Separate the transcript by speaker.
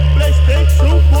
Speaker 1: Station